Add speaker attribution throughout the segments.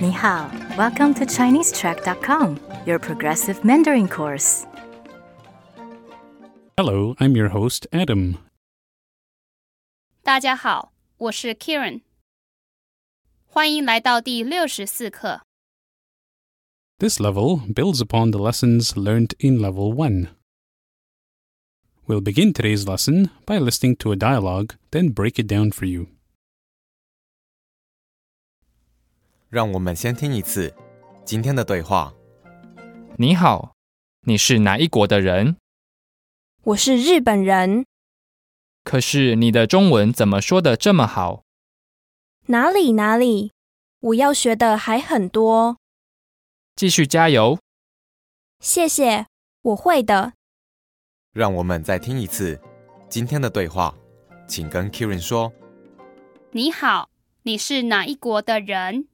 Speaker 1: 你好，Welcome to ChineseTrack.com, your progressive Mandarin course.
Speaker 2: Hello, I'm your host, Adam.
Speaker 3: 大家好，我是 Kieran，欢迎来到第六十四课。
Speaker 2: This level builds upon the lessons learned in Level 1. We'll begin today's lesson by listening to a dialogue, then break it down for you.
Speaker 4: 让我们先听一次今天的对话。
Speaker 5: 你好，你是哪一国的人？
Speaker 6: 我是日本人，
Speaker 5: 可是你的中文怎么说的这么好？
Speaker 6: 哪里哪里，我要学的还很多。
Speaker 5: 继续加油！
Speaker 6: 谢谢，我会的。
Speaker 4: 让我们再听一次今天的对话，请跟 Kieran 说。
Speaker 3: 你好，你是哪一国的人？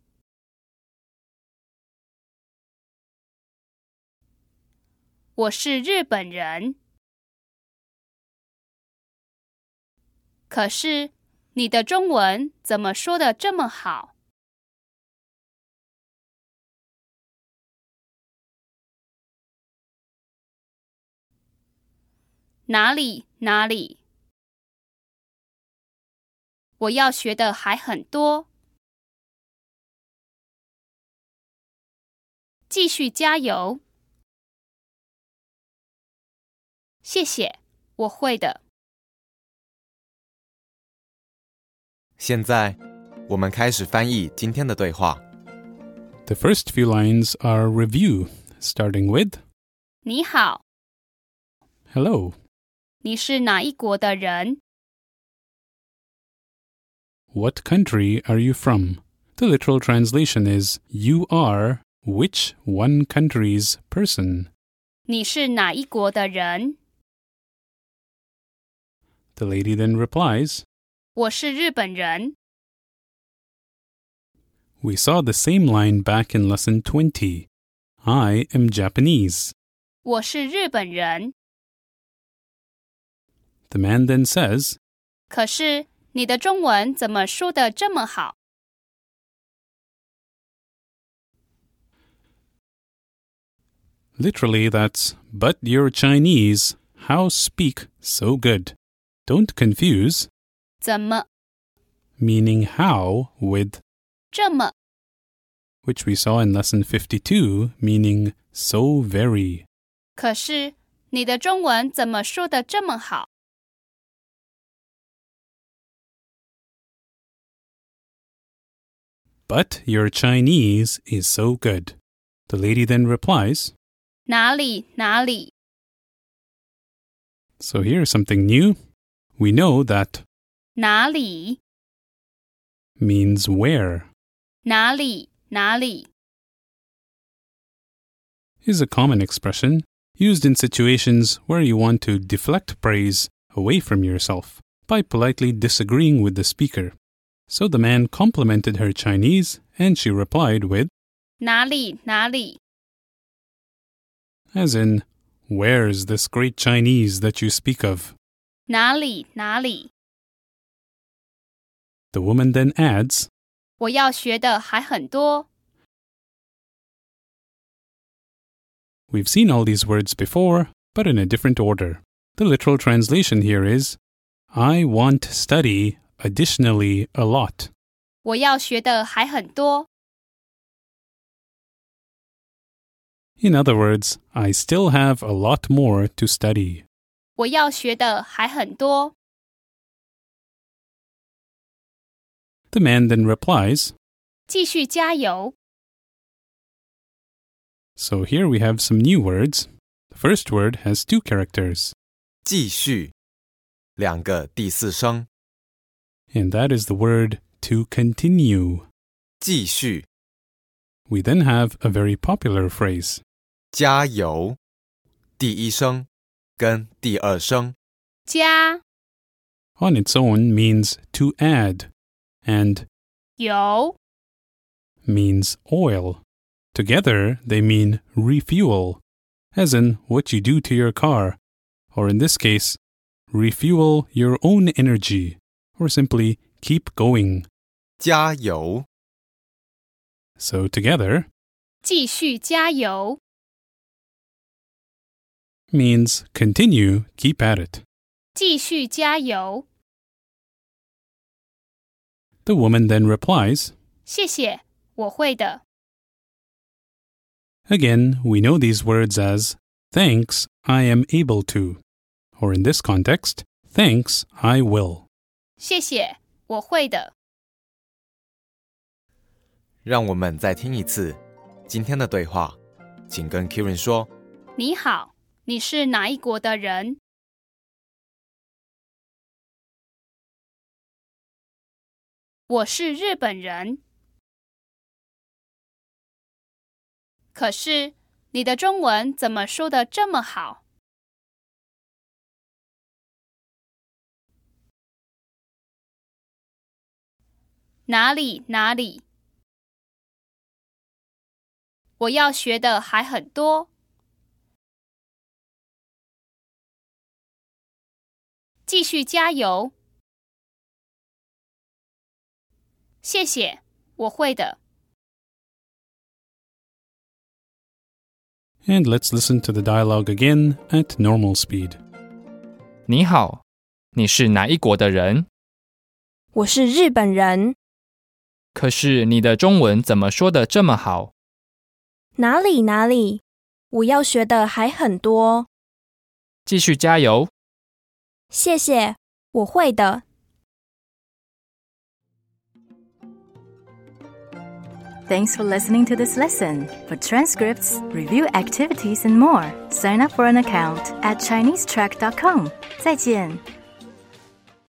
Speaker 3: 我是日本人。可是你的中文怎么说的这么好？哪里哪里？我要学的还很多，继续加油！谢谢，我会的。
Speaker 4: 现在，我们开始翻译今天的对话。
Speaker 2: The first few lines are review, starting with
Speaker 3: 你好，
Speaker 2: Hello,
Speaker 3: 你是哪一国的人？
Speaker 2: what country are you from? The literal translation is You are which one country's person?
Speaker 3: 你是哪一国的人？
Speaker 2: The lady then replies
Speaker 3: 我是日本人。
Speaker 2: We saw the same line back in lesson 20. I am Japanese.
Speaker 3: 我是日本人。
Speaker 2: The man then says,
Speaker 3: 可是你的中文怎么说的这么好？
Speaker 2: literally, that's, but you're Chinese, how speak so good? Don't confuse
Speaker 3: 怎么
Speaker 2: meaning how with,
Speaker 3: 这么？
Speaker 2: which we saw in lesson 52, meaning so very.
Speaker 3: 可是你的中文怎么说的这么好？
Speaker 2: But your Chinese is so good. The lady then replies,
Speaker 3: 哪里哪里？
Speaker 2: So here's something new. We know that
Speaker 3: 哪里
Speaker 2: means where.
Speaker 3: 哪里哪里？
Speaker 2: is a common expression used in situations where you want to deflect praise away from yourself by politely disagreeing with the speaker. So the man complimented her Chinese and she replied with,
Speaker 3: 哪里哪里？
Speaker 2: as in, Where's this great Chinese that you speak of?
Speaker 3: 哪里哪里？
Speaker 2: The woman then adds,
Speaker 3: 我要学的还很多。
Speaker 2: We've seen all these words before, but in a different order. The literal translation here is, I want to study additionally a lot.
Speaker 3: 我要学的还很多。
Speaker 2: In other words, I still have a lot more to study.
Speaker 3: 我要学的还很多。
Speaker 2: The man then replies,
Speaker 3: 继续加油！
Speaker 2: So here we have some new words. The first word has two characters,
Speaker 4: 继续，两个第四声，
Speaker 2: and that is the word to continue.
Speaker 4: 继续，
Speaker 2: We then have a very popular phrase,
Speaker 4: 加油。第一声跟第二声，
Speaker 3: 加
Speaker 2: on its own means to add, and
Speaker 3: 油！
Speaker 2: means oil. Together, they mean refuel, as in what you do to your car, or in this case, refuel your own energy, or simply keep going.
Speaker 4: 加油。
Speaker 2: So together
Speaker 3: 继续加油，
Speaker 2: means continue, keep at it.
Speaker 3: 继续加油，
Speaker 2: The woman then replies,
Speaker 3: 谢谢，我会的。
Speaker 2: Again, we know these words as thanks, I am able to. Or in this context, thanks, I will.
Speaker 3: 谢谢，我会的。
Speaker 4: 让我们再听一次今天的对话，请跟 Kieran 说
Speaker 3: 你好，你是哪一国的人？我是日本人。可是你的中文怎么说的这么好？哪里哪里？我要学的还很多。继续加油！谢谢，我会的。
Speaker 2: And let's listen to the dialogue again at normal speed.
Speaker 5: 你好，你是哪一国的人？
Speaker 6: 我是日本人，
Speaker 5: 可是你的中文怎么说的这么好？
Speaker 6: 哪里哪里，我要学的还很多。
Speaker 5: 继续加油！
Speaker 6: 谢谢，我会的。
Speaker 1: Thanks for listening to this lesson. For transcripts, review activities, and more, sign up for an account at ChineseTrack.com. 再见。